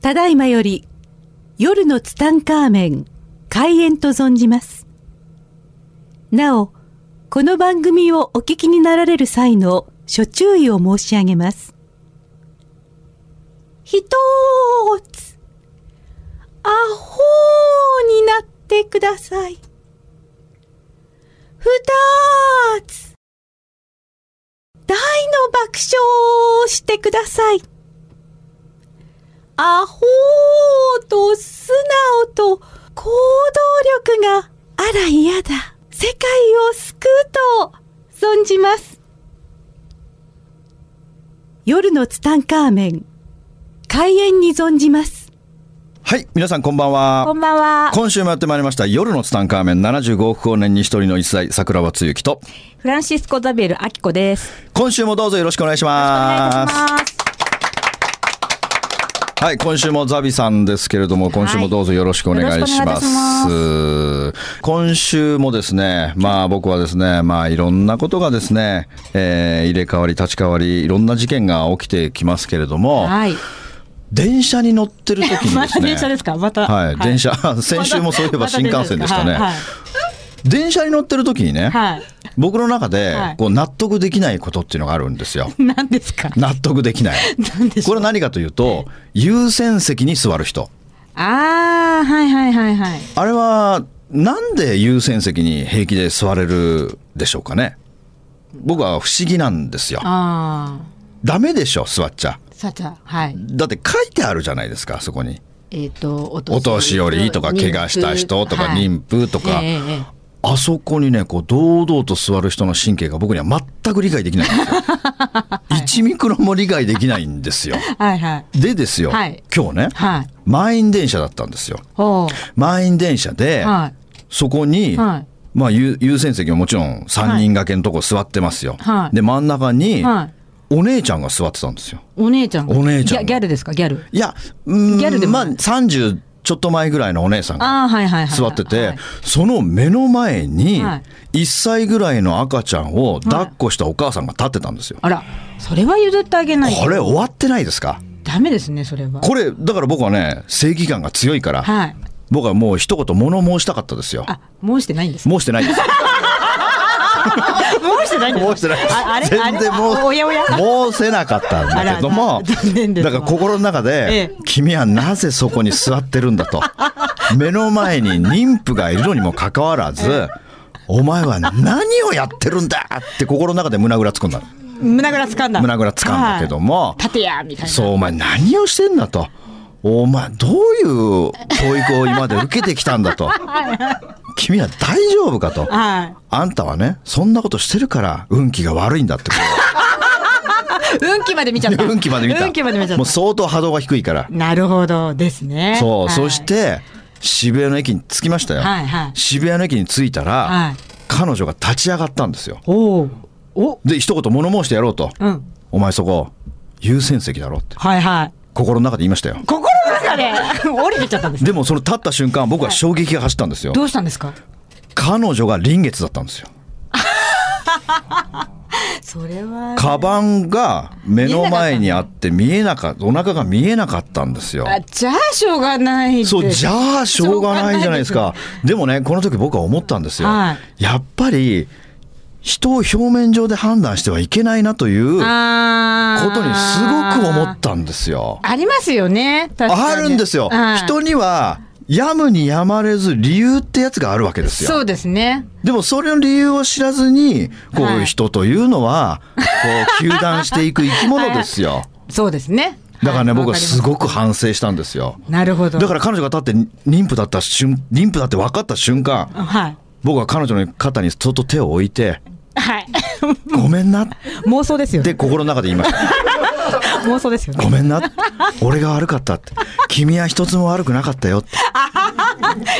ただいまより夜のツタンカーメン開演と存じます。なお、この番組をお聞きになられる際の諸注意を申し上げます。ひとーつ、アホーになってください。ふたーつ、大の爆笑をしてください。アホーと素直と行動力があら嫌だ。世界を救うと存じます。夜のツタンカーメン、開演に存じます。はい、皆さんこんばんは。こんばんは。今週もやってまいりました夜のツタンカーメン75億光年に一人の一歳桜庭つゆきとフランシスコ・ザビエル・アキコです。今週もどうぞよろしくお願いしお願まいすします。はい今週もザビさんですけれども今週もどうぞよろしくお願いします,、はいよ今週もですねまあ僕はですねまあいろんなことがですね、えー入れ替わり立ち替わりいろんな事件が起きてきますけれども、はい。電車に乗ってる時にです ねまた電車ですかまた。はい、電車先週もそういえば新幹線でしたね、はい。電車に乗ってる時にね、はい。僕の中ではいこう納得できないことっていうのがあるんで すよ。何ですか納得できない。何でしこょうれ何かというと、優先席に座る人。ああ、はいはいはいはい。あれは、なんで優先席に平気で座れるでしょうかね。僕は不思議なんですよ。あダメでしょ、座っちゃ。あ。さあさあ、はい。だって書いてあるじゃないですか、あそこに。えっ、と、おお年寄りとか、怪我した人とか、妊婦とか。ええええあそこにね、こう、堂々と座る人の神経が僕には全く理解できないん ですよ。1ミクロンも理解できないんですよ。はいはい。でですよ、はい今日ね、はい。満員電車だったんですよ。おう満員電車で、はそこに、い。はい。まあ、優優先席ももちろん3人掛けのとこ座ってますよ。はいで、真ん中に、はい。お姉ちゃんが座ってたんですよ。お姉ちゃんが。お姉ちゃギャんがギャルですかギャル。いや、うーんギャルでもまあ、ない30ちょっと前ぐらいのお姉さんがああ、はいはいはいはい。座ってはてい、その目の前に、はい1歳ぐらいの赤ちゃんを抱っこしたお母さんが立ってたんですよ。あら、それは譲ってあげないと。これ終わってないですかダメですね、それは。これ、だから僕はね、正義感が強いから、はい。僕はもう一言物申したかったですよ。あ、申してないんです。申してないです。 申してないんです。申してないですああれ全然申あれおやおや申せなかったんだけどあも、ら残念ですだわから心の中でええ、君はなぜそこに座ってるん だと。目の前に妊婦がいるのにもかかわらず、お前は何をやってるんだって心の中で胸ぐらつくんだ。胸ぐらつかんだ。胸ぐらつかんだけどもはい立てやみたいな。そう、お前何をしてんだと。お前どういう教育を今まで受けてきたんだと。君は大丈夫かと。はあんたはね、そんなことしてるから運気が悪いんだって。い。運気まで見ち ゃった。 運気まで見た。運気まで見ちゃっもうた。相当波動が低いから。なるほどですね。そはう、いそし。て、渋谷の駅に着きましたよ。はいはい渋谷の駅に着いたら、はい彼女が立ち上がったんですよ。おうお。で、一言物申してやろうと。うん。お前そこ、優先席だろって、はいはい。心の中で言いましたよ。心の中で 降りてっちゃったんです。でも、その立った瞬間、僕は衝撃が走ったんですよ。どうしたんですか。彼女が臨月だったんですよ。それは。カバンが目の前にあって見えなかった、お腹が見えなかったんですよ。あ、じゃあしょうがないです。そう、じゃ。ゃあしょうがないじゃないですか。でもね、この時僕は思ったんですよ。はやっぱり、人を表面上で判断してはいけないなというこあーとにすごく思ったんですよ。ありますよね。確あかにるんですよ。はい人には、やむにやまれず理由ってやつがあるわけですよ。そうですね。でもそれの理由を知らずに、こはうい人というのは、こ う、球団していく生き物ですよ。そうですね。だからね、い僕はわりますごく反省したんですよ。なるほど。だから彼女が立って妊婦だった瞬、妊婦だって分かった瞬間、ら。はい。僕は彼女の肩にそっと手を置いて、はい。 ごめんなっ妄想ですよね。て心の中で言いま した。妄想ですよね。ごめんな。俺が悪かったって。君は一つも悪くなかったよって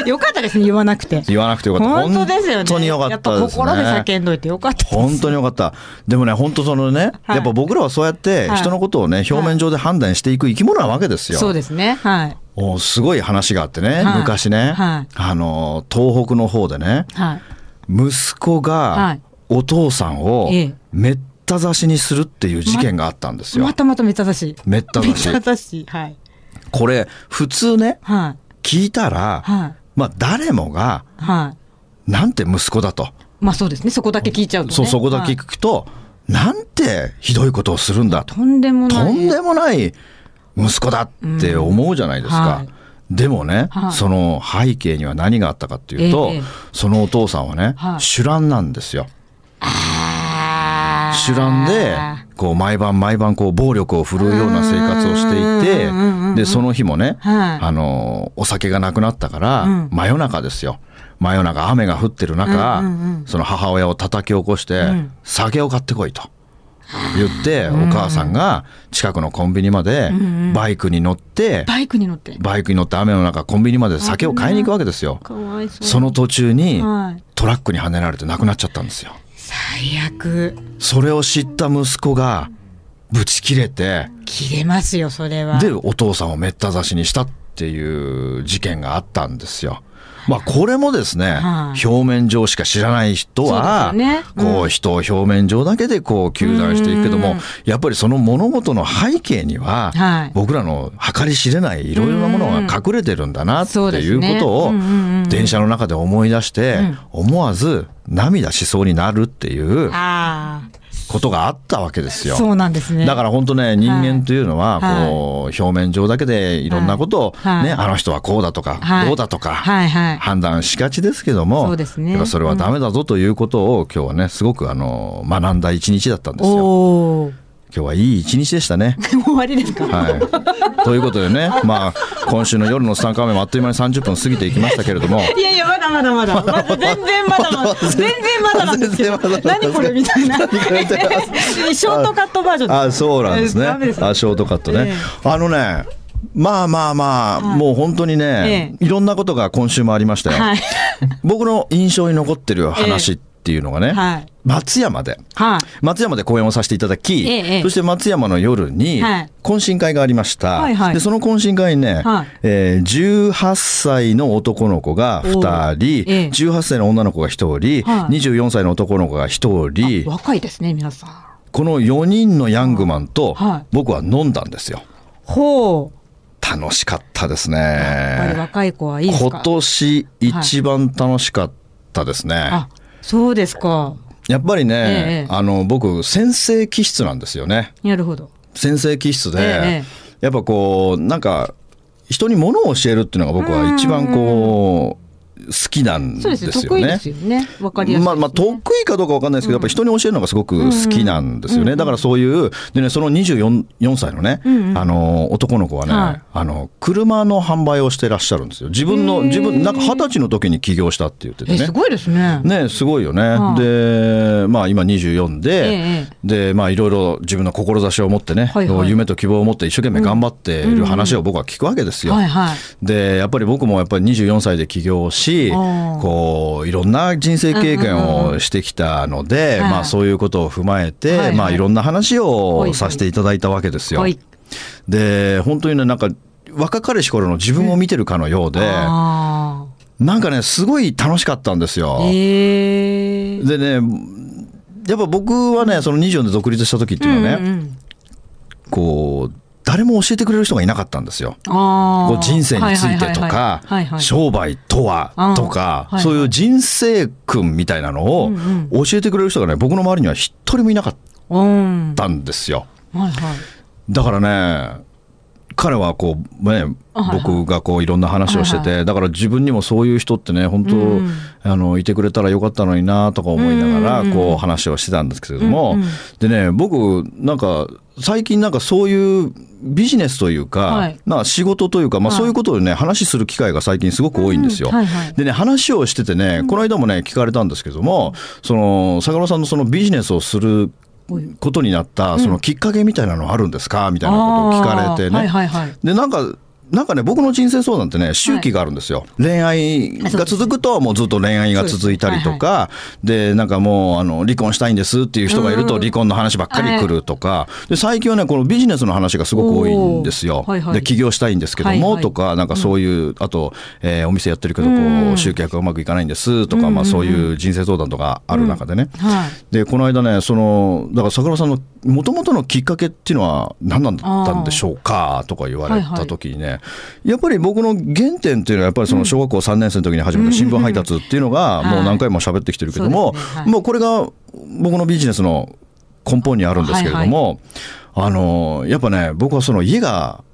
よかったですね、言わなくて。言わなくてよかった。本当ですよね。本当によかったですね。やっぱ心で叫んどいてよかったです。本当によかった。でもね、本当そのね、はいやっぱ僕らはそうやってはい人のことをね、表面上で判断していく生き物なわけですよ。そうですね。はい。おすごい話があってね、はい昔ね、はいあの、東北の方でね、はい。息子はがいお父さんをええめった刺しにするっていう事件があったんですよま。たまためっちゃだし。めった刺しめっちゃだし。はい。これ、普通ね、は聞いたら、はいまあ誰もが、い。はい。なんて息子だと。まあそうですね。そこだけ聞いちゃうと、ね。そう、そこだけはい聞くと、なんてひどいことをするんだと。とんでもない。とんでもない息子だって思うじゃないですうんか。はいでもね、はいその背景には何があったかっていうと、ええそのお父さんはね、はい酒乱なんですよ。あー酒乱で、こう毎晩毎晩こう暴力を振るうような生活をしていてうんうんうんうんう、んで、その日もね、はいあの、お酒がなくなったから、うん真夜中ですよ。真夜中雨が降ってる中、うんうんうその母親を叩き起こして、ん酒を買ってこいと。言って、お母さんが近くのコンビニまでバイクに乗って、バイクに乗って。バイクに乗って雨の中コンビニまで酒を買いに行くわけですよ。かわいそう。その途中にはいトラックにはねられて亡くなっちゃったんですよ。最悪。それを知った息子がぶち切れて、切れますよ、それは。で、お父さんをめった刺しにしたっていう事件があったんですよ。まあ、これもですね、はい表面上しか知らない人は、そうですよねうんこう、人を表面上だけでこう、糾弾していくけどうもん、やっぱりその物事の背景には、はい僕らの計り知れないいろいろなものが隠れてるんだなってそうでいすうねことをうんうんうん、電車の中で思い出して、思わず涙しそうになるっていうあことがあったわけですあ。よ。そうなんですね。だから本当ね、人間というのは、はいこう、表面上だけでいろんなことを、はいね、はあの人はこうだとか、はいどうだとか、はいはい。判断しがちですけども、そうですねやっぱそれはダメだぞということを、今日はね、すごくあの、学んだ一日だったんですよ。おお。今日はいい一日でしたね。もう終わりですか。 はい。ということでね、まあ、今週の夜のスタンカーメンもあっという間に30分過ぎていきましたけれども、いやいや、まだまだま だ。まだ全然まだまだ。 全然まだなんですけど全然まだなんです。けど何これみたい な。シれョートカットバージョンです。あ、そうなんですね。ダメですあ、ショートカットえねえ。あのね、まあまあまあ、もう本当にね、いろんなことが今週もありましたよ。はい。僕の印象に残ってる話っていうのがね、はい。松山で、はい。松山で講演をさせていただき、ええええそして松山の夜にはい、懇親会がありました。はいはいで、その懇親会にね、はいえー18歳の男の子が2人、おええ18歳の女の子が1人、はい24歳の男の子が1人、若いですね、皆さん。この4人のヤングマンとはい僕は飲んだんですよ。ほう。楽しかったですね。やっぱり若い子はいいですか今。年一番楽しかったですね。あ、そうですか。やっぱりえね、えあの僕先生気質なんですよねなるほど。先生気質で、ええやっぱこうなんか人に物を教えるっていうのが僕は一番こう好きなんですそうよね。ですよ。得意ですよね。わかりやすいですね。まあまあ得意かどうかわかんないですけど、やっぱり人に教えるのがすごく好きなんですよね。だからそういう、でね、その24 4歳のね、あの、男の子はね、はいあの、車の販売をしてらっしゃるんですよ。自分の、自分、なんか二十歳の時に起業したって言っててえ、すね。ごいですね。ね、すごいよね。はいで、まあ今24で、ええで、まあいろいろ自分の志を持ってね、はいはい夢と希望を持って一生懸命頑張っている話を僕は聞くわけですよ。はいはい。でやっぱり僕もやっぱり24歳で起業しうんこういろんな人生経験うんうんうをしてきたので、はいまあ、そういうことを踏まえて、はいはいいまあ、いろんな話ほいほをいさせていただいたわけですよ。はいで本当にねなんか若かりし頃の自分を見てるかのようで、あなんかねすごい楽しかったんですよあ。。ええ。でねやっぱ僕はねその24で独立した時っていうのはね、うんうんこう誰も教えてくれる人がいなかったんですよ。あこあ。う人生についてとはかいはいはいはいはいはい、商売とはあーとかはい、はいそういう人生訓みたいなのをうんうん教えてくれる人がね、僕の周りには一人もいなかっうん。たんですよ。はいはい。だからね、彼はこうね、あはいはい僕がこういろんな話をしてはいて、だから自分にもそういう人ってね、本当、うんあの、いてくれたらよかったのになとか思いながうんうんら、こう話をしてたんですけれども、うんうんでね、僕、なんか、最近なんかそういうビジネスというか、はいまあ仕事というか、まあはいそういうことをね、話する機会が最近すごく多いんですよ。うんはいはいでね、話をしててね、この間もね、聞かれたんですけども、その、坂野さんのそのビジネスをすることになった、そのきっかけみたいなのあるんですかみたいなことを聞かれてね。あーはいはいはい。で、なんか、なんかね、僕の人生相談ってね、周期があるんですよ。恋愛が続くと、もうずっと恋愛が続いたりとか、で、なんかもう、あの、離婚したいんですっていう人がいると、うん離婚の話ばっかり来るとか、で、最近はね、このビジネスの話がすごく多いんですよお。ーはいはいで、起業したいんですけどはいも、はいとか、なんかそういう、あと、えーお店やってるけど、こう、集客がうまくいかないんですとか、まあそういう人生相談とかある中でね。はい。で、この間ね、その、だから桜さんの、もともとのきっかけっていうのは何なんだったんでしょうかとか言われた時にね、ね、やっぱり僕の原点っていうのは、やっぱりその小学校3年生の時に始めた新聞配達っていうのが、うんもう何回も喋ってきてるけどはもいそうですね、はいもうこれが僕のビジネスの根本にあるんですけれども、あの、やっぱね、僕はその家が、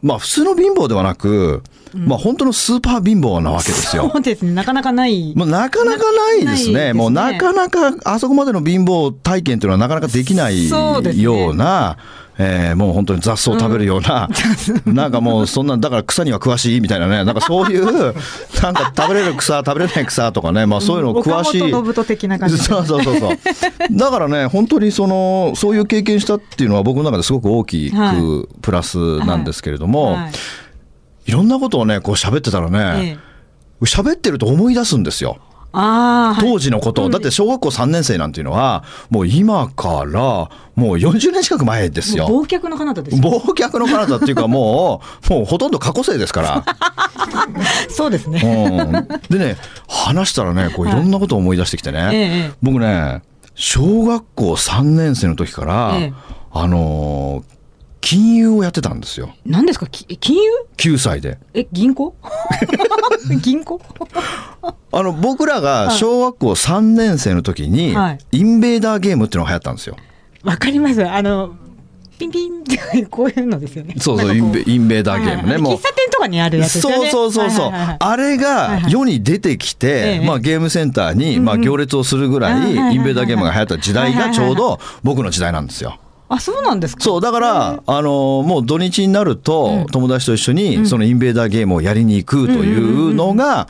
まあ普通の貧乏ではなく、まあ本当のスーパー貧乏なわけですよ。そうですね、なかなかない。もうなかなかないですね。ないですねもうなかなか、あそこまでの貧乏体験というのはなかなかできないそうですねような、えーもう本当に雑草を食べるよ うな、なんかもうそんなん、だから草には詳しいみたいなね、なんかそう いう、なんか食べれる草、食べれない草とかね、まあそういうの詳しい。岡本信人的な感じでそうそうそうそう。だからね、本当にその、そういう経験したっていうのは僕の中ですごく大きはくプラスなんですけれども、いはいろんなことをね、こう喋ってたらえね、え喋ってると思い出すんですよ。ああ、はい当時のこと、だって小学校3年生なんていうのは、もう今から、もう40年近く前ですもよ。う忘却の彼方ですよ。忘却の彼方っていうかもう、もうほとんど過去生ですから。そうですね。うん、でね、話したらね、こういろんなことを思い出してきてね、ええ僕ね、小学校3年生の時から、ええあのー金融をやってたんですよ。何ですか、き金融9歳で。え、銀行銀行あの、僕らが小学校3年生の時に、はいインベーダーゲームっていうのが流行ったんですよ。わかります。あの、ピンピンって、こういうのですよね。そうそう、なイんかこンベインベーダーゲームね。はいはいもう喫茶店とかにあるやつですよそうね。そうそうそはういはいはい。あれはいがはい世に出てきてえ、えまあゲームセンターに、まあ行列をするぐあーはいはいはらいい、インベーダーゲームが流行った時代がちょうど僕の時代なんですよ。あ、そうなんですか。そう、だから、あの、もう土日になると、友達と一緒に、そのインベーダーゲームをやりに行くというのが、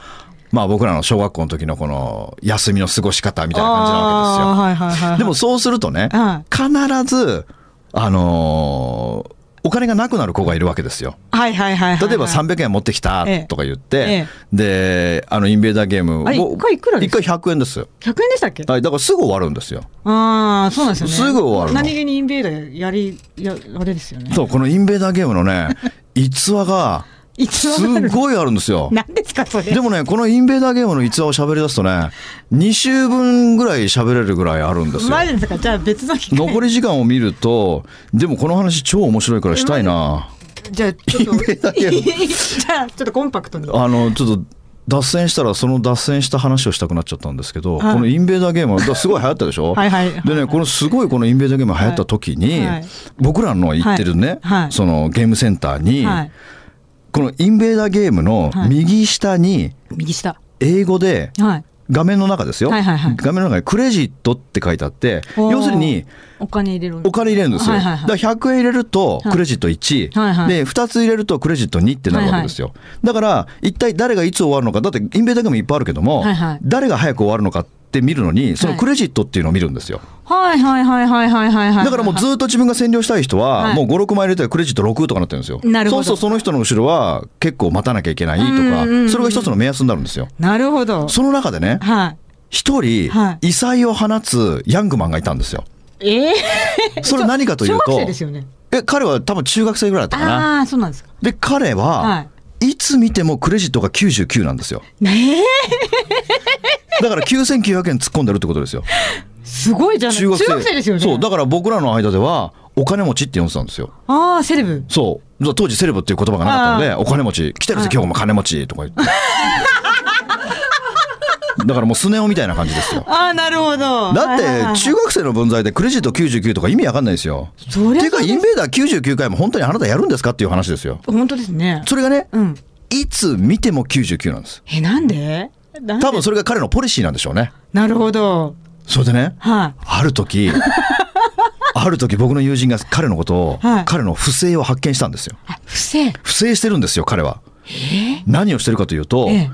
まあ僕らの小学校の時のこの休みの過ごし方みたいな感じなわけですよ。あーはいはいはいはい。でもそうするとねは、必ず、あのーお金がなくなる子がいるわけですよ。はいはいはいはいはい。例えば300円持ってきたとか言って、えで、あの、インベーダーゲームをあれ一回いくらですか一回100円ですよ。 100円でしたっけはい、だからすぐ終わるんですよ。ああ、そうなんですよね。すすぐ終わるの何気にインベーダーやり、や、あれですよね。そう、このインベーダーゲーム のね、逸話が、逸話すがあるっごいあるんですよ。何ですか、それ。でもね、このインベーダーゲームの逸話を喋り出すとね、2週分ぐらい喋れるぐらいあるんですよ。マジですか、じゃあ別の機会。残り時間を見ると、でもこの話超面白いからしたいな。じゃあちょっインベーダと、ーゲームじゃあちょっとコンパクトに。あの、ちょっと、脱線したらその脱線した話をしたくなっちゃったんですけど、はいこのインベーダーゲームはだからすごい流行ったでしょ はいはいでねこのすごいこのインベーダーゲームが流行った時に、はいはい僕らの行ってるね、はいはいそのゲームセンターに、はい。このインベーダーゲームの右下に右下。英語ではい。画面の中ですよ、はいはいはい画面の中にクレジットって書いてあっておー要するにお金入れる。お金入れるんですはよ、いはいはいだから100円入れるとはいクレジット1、はいはいで2つ入れるとクレジット2ってなるわけですよ、だから一体誰がいつ終わるのかだってインベーダーゲームいっぱいあるけども、はいはい誰が早く終わるのかって見るのにそのはいクレジットっていうのを見るんですよ、はいはいはいはいはいはいはい。だからもうずっと自分が占領したい人はは、いもう5、6枚入れてクレジット6とかなってるんですよ。なるほどそうするとその人の後ろは結構待たなきゃいけないとうんうんうか、んそれが一つの目安になるんですよ。なるほど。その中でね、は一人はい、異彩を放つヤングマンがいたんですよ。い。ええ。それ何かという小学と生で、すよね。え、彼は多分中学生ぐらいだったかな。ああー、そうなんですか。で、彼はは、いつ見てもクレジットが99なんですよ。ねえ。だから9900円突っ込んでるってことですよ。すごいじゃない。中中学生。学生ですよね。そう、だから僕らの間では、お金持ちって呼んでたんですよ。ああ、セレブ。そう。だ当時セレブっていう言葉がなかったので、お金持ち、来てるぜ今日も金持ちとか言って。だからもうスネ夫みたいな感じですよ。ああ、なるほど。だはいっはいはいて、中学生の分際でクレジット99とか意味わかんないですよ。そりてゃいうか、インベーダー99回も本当にあなたやるんですかっていう話ですよ。本当ですね。それがね、うん。いつ見ても99なんです。え、なんでなんで多分それが彼のポリシーなんでしょうね。なるほど。それでね、はある 時、ある時僕の友人が彼のことをはい、彼の不正を発見したんですよ。い。あ、不正。不正してるんですよ、彼は。何をしてるかというと、ええ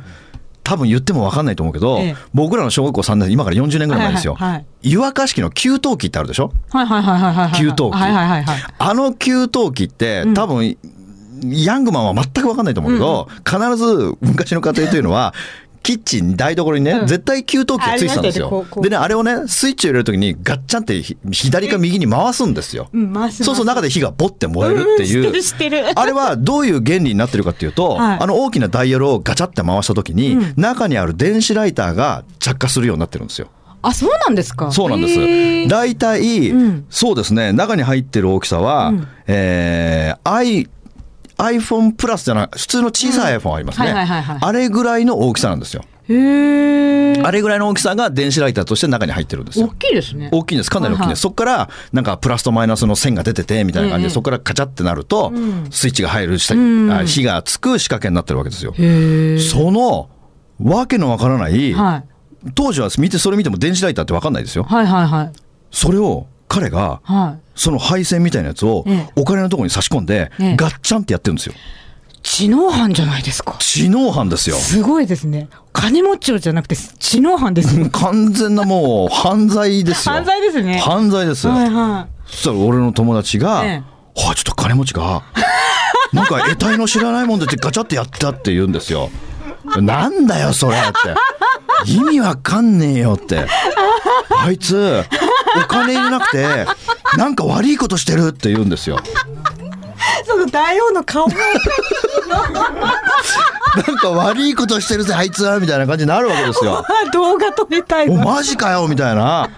多分言っても分かんないと思うけど、ええ僕らの小学校3年、今から40年ぐらい前ですよ。はいはいはい湯沸かし器の給湯器ってあるでしょはいはいはいはいはいはい。給湯器はいはいはいはい。あの給湯器って、多分、ヤングマンは全く分かんないと思うけど、必ず昔の家庭というの は、キッチン、台所にね、うん絶対給湯器がついてたんありまですしたよよねこ。うこうでね、あれをね、スイッチを入れるときに、ガッチャンってひ左か右に回すんですよ。うん、回す。そうそう、中で。で火がボッて燃えるっていう。うんしてるしてるあれはどういう原理になってるかっていうと、はいあの大きなダイヤルをガチャって回した時に、中にある電子ライターが着火するようになってるんですよ。あ、そうなんですか。そうなんでへす。ー大体、うんそうですね、中に入ってる大きさは、うんえー、I iPhone プラスじゃない、普通の小さい iPhone ありますね。はいはいはいはいあれぐらいの大きさなんですよ。へえ。あれぐらいの大きさが電子ライターとして中に入ってるんです大よ。きいですね。大きいんです。かなり大きいんです。そこから、なんかプラスとマイナスの線が出てて、みたいな感じえで、えそこからカチャってなると、スイッチが入る下うんあ火がつく仕掛けになってるわけですよ。へえ。その、わけのわからない、はい。当時は見て、それ見ても電子ライターってわかんないですよ。はいはいはい。それを、彼が、はその配線みたいなやつをええ、お金のところに差し込んで、ええガッチャンってやってるんですよ。い。知能犯じゃないですか。知能犯ですよ。すごいですね。金持ちをじゃなくて、知能犯ですね。完全なもう、犯罪ですよ。犯罪ですね。犯罪です。はいはそしたら俺の友達が、ええはあ、ちょっと金持 ちが、なんか得体の知らないもんでってガチャってやったって言うんですよ。なんだよ、それって。意味わかんねえよって。あいつ、お金入れなくて、なんか悪いことしてるって言うんですよ。い。その大王の顔も。なんか悪いことしてるぜ、あいつはみたいな感じになるわけで すよ。動画撮りたいおわ。マジかよみたいな。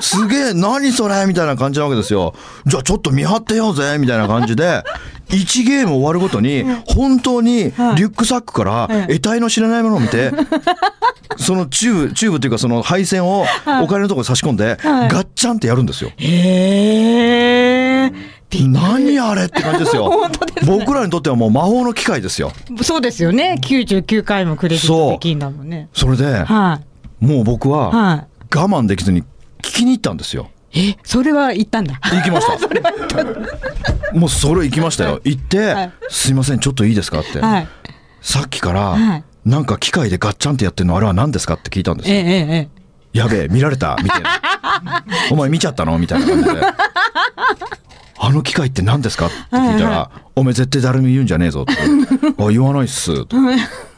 すげえ、何それみたいな感じなわけですよ。じゃあちょっと見張ってようぜみたいな感じで、1ゲーム終わるごとに、本当にリュックサックからはい得体の知らないものを見 て、そのチューブ、チューブというかその配線をお金のところに差し込んで、はいガッチャンってやるんですよ。へえ。び何あれって感じですよ 本当ですね僕らにとってはもう魔法の機械ですよ。そうですよね。99回もクレジットできんだもんね。それで、はもう僕い。はは我慢できずに聞きに行ったんですよ。い。え、それは言ったんだ。行き ました。もうそれ行きましたよ。行って、はいすいません、ちょっといいですかって。はい。さっきから、はいなんか機械でガッチャンってやってるのあれは何ですかって聞いたんですええよ。ええ。やべえ、見られたみた いな。お前見ちゃったのみたいな感じで。あの機械って何ですかって聞いたら、はお前絶対誰に言うんじゃねえぞって。あ、言わないっ す。と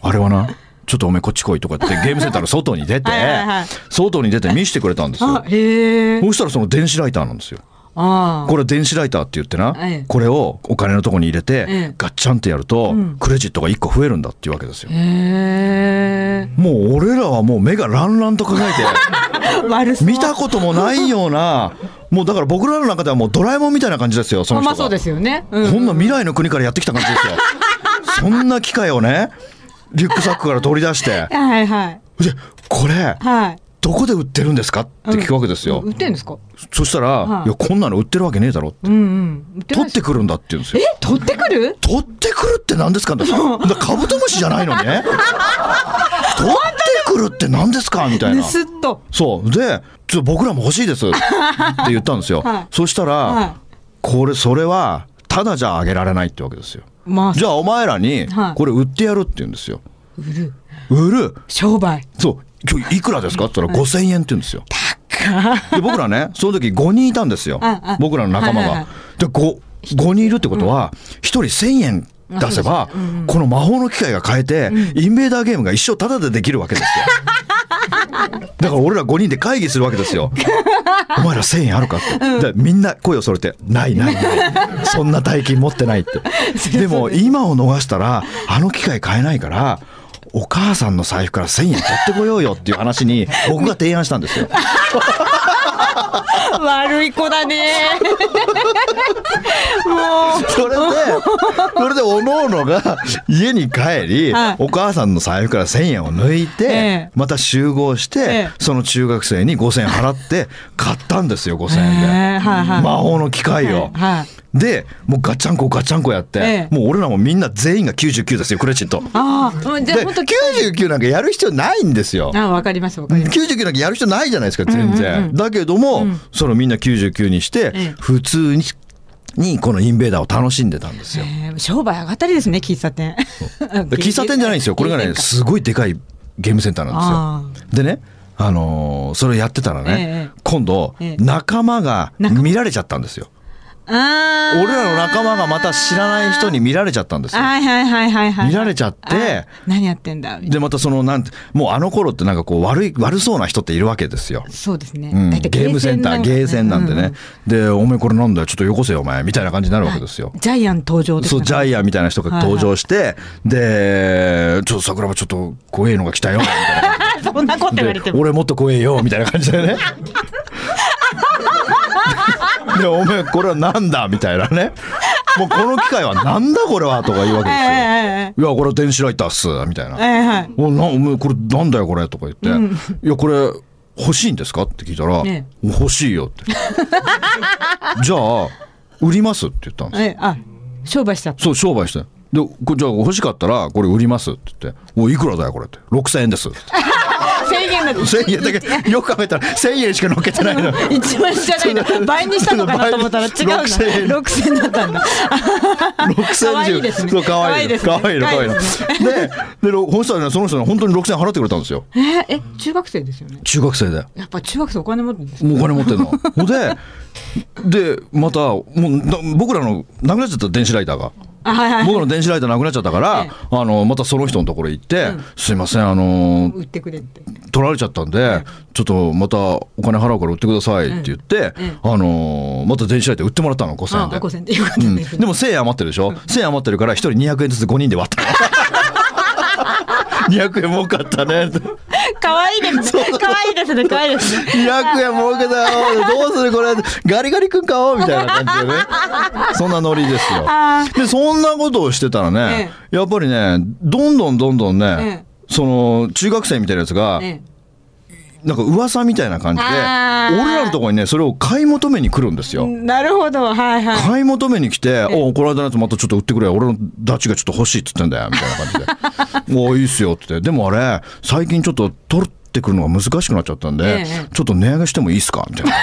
あれはな、ちょっとお前こっち来いとかってゲームセンターの外に出てはいはいはい、外に出て見せてくれたんですあよ、。へえ。 そしたらその電子ライターなんですよ。ああ。これ電子ライターって言ってな、ええこれをお金のとこに入れて、ええガッチャンってやると、クレジットが1個増えるんだっていうわけですよ。へえ。もう俺らはもう目がランランと輝い悪そ て、う。見たこともないような、もうだから僕らの中ではもうドラえもんみたいな感じですよ、その人まが。あそうですよね。うこんな未来の国からやってきた感じで すよ。そんな機械をね、リュックサックから取り出して、はいはい。で、これ、はい。どこで売ってるんですかって聞くわけですよ。売ってんですかそしたら、はいいや、こんなの売ってるわけねえだろって。うんうん。売ってない取でっすてくるんだって言うんですよ。え取ってくる取ってくるって 何ですかってだカブトムシじゃないのね取ってくるって何ですかみたいな盗っと。そうでちょっと僕らも欲しいですって言ったんですよ、 はいそしたら、はこれそれはただじゃあげられないってわけですよまあ、じゃあお前らにはいこれ売ってやるって言うんですよ、売る売る商売。そう今日いくらですかって言ったら5000円って言うんですよで僕らねその時5人いたんですようんうん僕らの仲間はいはいはが。で 5, 5人いるってことは1人1,000円出せばこの魔法の機械が変えてインベーダーゲームが一生タダでできるわけです よ。だから俺ら5人で会議するわけで すよ。お前ら1,000円あるかって。でみんな声をそれて「ないないないそんな大金持ってない」っ て。でも今を逃したらあの機械買えないから。お母さんの財布から1,000円取ってこようよっていう話に僕が提案したんですよ。悪い子だね。もそ れで、それで、おのおのが家に帰り、はいお母さんの財布から1000円を抜いて、ええまた集合して、ええその中学生に5000円払って、買ったんですよ、5000円で。ええはいはい魔法の機械を。う。はい。で、もうガチャンコガチャンコやって、ええもう俺らもみんな全員が99ですよ、クレジット。ああ、うんじゃあで、本当あ99なんかやる必要ないんですよ。あ、わかりますわかります。 99なんかやる人ないじゃないですか全然、うんうんうんだけども、そのみんな99にして、ええ普通ににこのインベーダーを楽しんでたんですよ、えー商売上がったりですね、喫茶店。で喫茶店じゃないんですよこれがね喫すごいでかいゲームセンターなんですよでねあのーそれをやってたらね、ええ今度ええ仲間が見られちゃったんですよ、茶店ああ。俺らの仲間がまた知らない人に見られちゃったんですよはいはいはいはいはい。見られちゃってあー。何やってんだみたいなでまたそのなんてもうあの頃ってなんかこう悪い悪そうな人っているわけですよそうですね。うん、ゲ大体ームセンター、ゲーセンなんでうね、で、お前これなんだよ、ちょっとよこせよ、お前、みたいな感じになるわけですよ。ジャイアン登場ですそう、ジイャイアンみたいな人が登場して、で、ちょっと桜庭ちょっと怖えのが来たよ、みたいな。アン。 そんなこと言われてでも。俺もっと怖えよ、みたいな感じで ね。で、お前これはなんだみたいなね。もうこの機械はなんだこれはとか言うわけええですよ。えええいや、これ電子ライターっす、みたいな。えええはい。おなお前これなんだよこれとか言って、うんいやこれ欲しいんですかって聞いたら、ね欲しいよってじゃあ売りますって言ったんですええあ、商売しちゃった。そう商売してでこじゃあ欲しかったらこれ売りますって言って「おいくらだよこれ」って「6000円です」制限だと。 1000円だけよく考えたら1000円しか乗っけてないの一万円じゃないの倍にしたのかなと思ったら違う な6000円六千だったんだ6000可愛い円ですねそう可愛い可可愛愛いいですねの可愛いのででそしたらねその人ね本当に6000円払ってくれたんですよえええ中学生ですよね中学生でやっぱ中学生お金持ってるんですもうお金持ってるの。ほんで、 で、また、もうな僕らの、なくなっちゃった電子ライターが。あはいはい僕らの電子ライターなくなっちゃったから、えあの、またその人のところ行って、んすいません、あの、売ってくれって取られちゃったんで、ちょっとまたお金払うから売ってくださいって言って、うんうんあの、また電子ライター売ってもらったの、5000あ円で。五千でよかったうん、ですでも1000円余ってるでしょ、1000円余ってるから1人200円ずつ5人で 割ったの200円儲かったねって可愛いですね可愛いですね可愛いです ね200円儲けたよどうするこれガリガリ君買おうみたいな感じでねそんなノリですよあでそんなことをしてたらね、やっぱりねどんどんどんどんね、その中学生みたいなやつが、ねなんか噂みたいな感じで俺あーらのところにねそれを買い求めに来るんですよ、なるほどはいはい買い求めに来て「おうこの間のやつまたちょっと売ってくれよ俺のダチがちょっと欲しい」っつってんだよみたいな感 じで「おういいっすよ」っつって「でもあれ最近ちょっと取ってくるのが難しくなっちゃったんで、ええちょっと値上げしてもいいっすか」みたいな。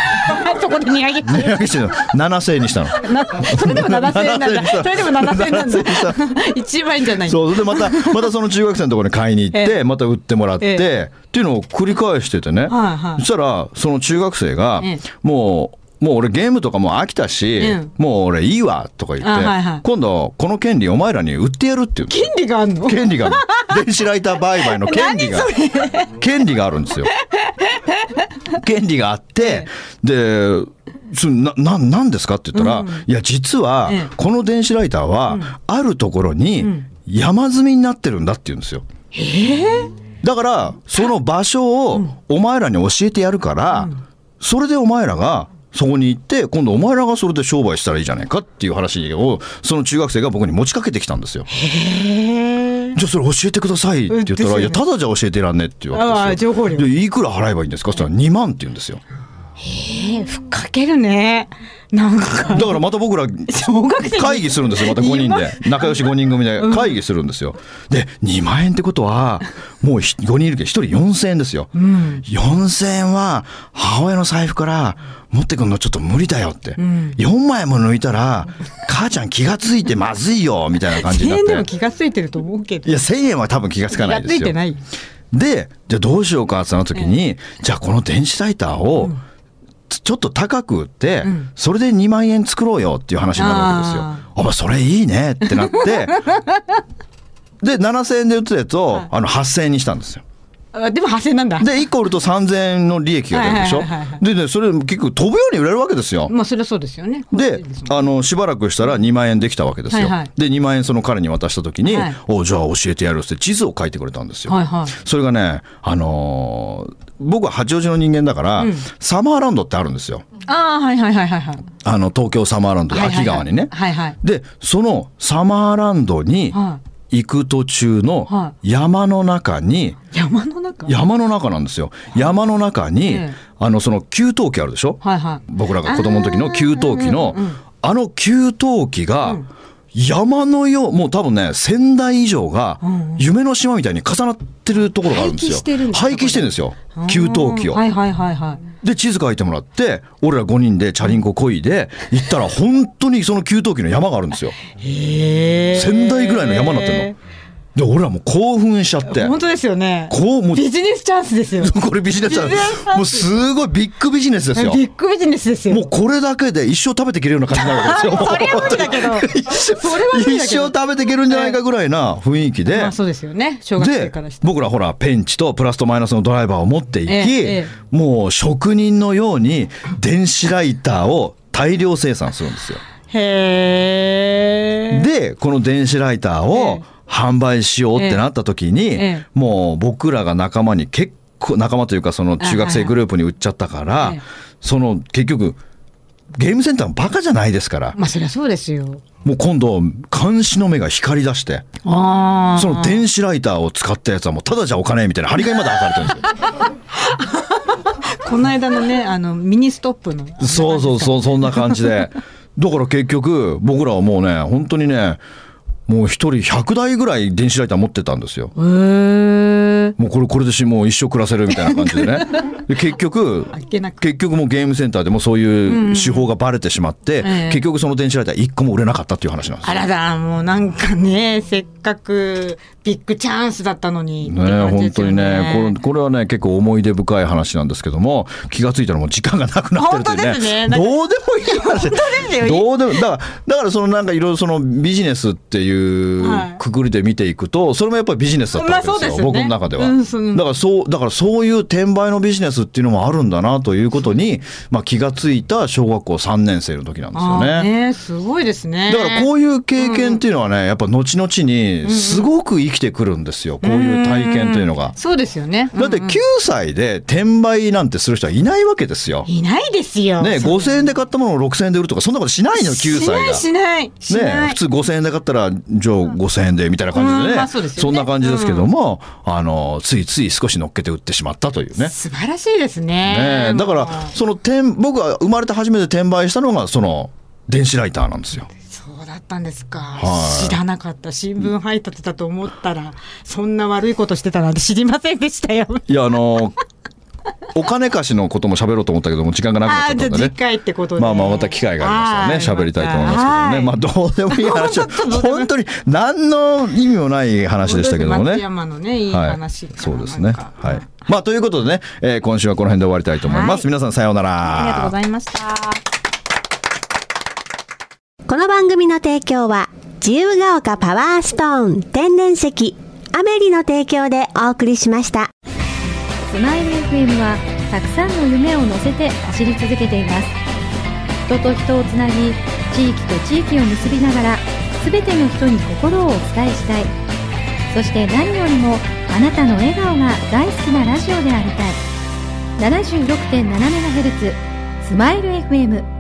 そこで値上げ値上げしてるの7000円にしたの。なそれでも七千円なんだ7000それでも七千円なんだ7000一万円じゃないそうそれでまたまたその中学生のところに買いに行って、えまた売ってもらって、えっていうのを繰り返しててね、はいはいそしたらその中学生が、ええもうもう俺ゲームとかもう飽きたし、うんもう俺いいわとか言って、あはいはい今度この権利お前らに売ってやるっていう権利があるの権利がある電子ライター売買の権利が権利があるんですよ権利があって、でそなななんですかって言ったら、いや実はええこの電子ライターはあるところに山積みになってるんだって言うんですよ、だからその場所をお前らに教えてやるから、それでお前らがそこに行って今度お前らがそれで商売したらいいじゃないかっていう話をその中学生が僕に持ちかけてきたんですよ。へえじゃあそれ教えてくださいって言ったら、うんいや、ただじゃ教えてらんねえって言われああですよ情報量でいくら払えばいいんですかって言ったら2万って言うんですよ。ふっかけるねなんかだからまた 僕ら、小学生会議するんですよ、また5人で。仲良し5人組で会議するんですよ。で、2万円ってことは、もう5人いるけど、1人4000円ですよ。4000円は、母親の財布から持ってくんのちょっと無理だよって。4枚も抜いたら、母ちゃん気がついてまずいよ、みたいな感じ千になっ円でもて。気がついてると思うけどいや、1000円は多分気がつか気ながいでつすよ。いてないで、じゃあどうしようかってなった時に、じゃあこの電子ライターを、つちょっと高く売って、んそれで2万円作ろうよっていう話になるわけですよ。ああ、まあ、それいいねってなって、 で、7000円で売ってたやつを、あの、8000円にしたんですよ。あでも派生なんだで、1個売ると3000円の利益が出るでしょはいはいはいは。いでね、それ結構飛ぶように売れるわけですよ。まあそれはそうですよねで、あの、しばらくしたら2万円できたわけですよ。はいはいで、2万円その彼に渡した時に、はいおじゃあ教えてやるって地図を書いてくれたんですよ。はいはいそれがね、あのー僕は八王子の人間だから、サマーランドってあるんですよ。ああはいはいはいはいはいあの、東京サマーランドで、はいはいはい秋川にね。はいはいで、そのサマーランドには行く途中のは山の中に、山の中山の中なんですよ。山の中に、ええあの、その給湯器あるでしょ、はいはい僕らが子供の時の給湯器のあーうんうんあの給湯器が山のようもう多分ね1000台以上がうんうん夢の島みたいに重なってるところがあるんですよ廃棄してるんですか廃棄してるんですよ給湯器をはいはいはいはいで地図書いてもらって俺ら5人でチャリンコこいで行ったら本当にその給湯器の山があるんですよへえ1000台ぐらいの山になってるので俺らもう興奮しちゃって本当ですよねこうもうビジネスチャンスですよこれビジネスだ ビジネスだもうすごいビッグビジネスですよビッグビジネスですよもうこれだけで一生食べていけるような感じになるわけで すよそれは無理だ けど一生それは無理だけど一生食べていけるんじゃないかぐらいな雰囲気で、まあそうですよね小学生でからして僕らほらペンチとプラスとマイナスのドライバーを持っていき、ええええもう職人のように電子ライターを大量生産するんですよ。へえでこの電子ライターえをえ販売しようってなった時に、ええもう僕らが仲間に結構仲間というかその中学生グループに売っちゃったから、ええその結局ゲームセンターもバカじゃないですから、まあそりゃそうですよ。もう今度、監視の目が光り出して、ああ。その電子ライターを使ったやつはもうただじゃお金みたいな張り紙まで貼られてるんですよ。この間のね、あのミニストップの。 そうそうそう、そんな感じで。だから結局、僕らはもうね、本当にね、もう一人100台ぐらい電子ライター持ってたんですよ。へえ。もうこれ、これでし、もう一生暮らせるみたいな感じで ね。で結局あっけなく、結局もうゲームセンターでもそういう手法がバレてしまっえて、え結局その電子ライター一個も売れなかったっていう話なんですあらだ、もうなんかね、せっかくビッグチャンスだったのに。ねえ本当にねこれ、これはね、結構思い出深い話なんですけども、気がついたらもう時間がなくなってるとい本う当ですねね、なんかどうでもいい話、すよどうでも、だから、だからそのなんかいろいろそのビジネスっていはういくくりで見ていくと、それもやっぱりビジネスだったわけですよ、まあそうですよね僕の中では、うんそのだからそう。だからそういう転売のビジネスっていうのもあるんだなということに、まあ、気がついた小学校3年生の時なんですよあーねすごいですね。だからこういう経験っていうのはね、やっぱ後々にすごく生きてくるんですよ、こういう体験というのが。そうですよね。だって9歳で転売なんてする人はいないわけですよ。いないですよ。ね、5000円で買ったものを6000円で売るとか、そんなことしないの、9歳が。しないしないしない。ね、普通5000円で買ったら、じゃあ5000円でみたいな感じでうんね、まあそうですよねんな感じですけども、あの、ついつい少し乗っけて売ってしまったというね。素晴らしいですね。ねだからもう、その転、僕が生まれて初めて転売したのが、その、電子ライターなんですよ。そうだったんですか、はい知らなかった新聞配達だと思ったら、そんな悪いことしてたなんて知りませんでしたよ。いや、あの、お金貸しのことも喋ろうと思ったけども、時間がなくなっちあゃあっじたゃんあで次ね。回ってことでまあまあまた機会がありましたらね喋りたいと思いますけどねまああ どうでもいい話本当本当に何の意味もない話でしたけども松ね。山のねいいはい、話からそうですね。なんかはい。まあということでね、えー今週はこの辺で終わりたいと思います。はい皆さんさようなら。ありがとうございました。この番組の提供は自由が丘パワーストーン天然石アメリの提供でお送りしましたスマイル FM はたくさんの夢を乗せて走り続けています人と人をつなぎ地域と地域を結びながら全ての人に心をお伝えしたいそして何よりもあなたの笑顔が大好きなラジオでありたい 76.7MHz スマイル FM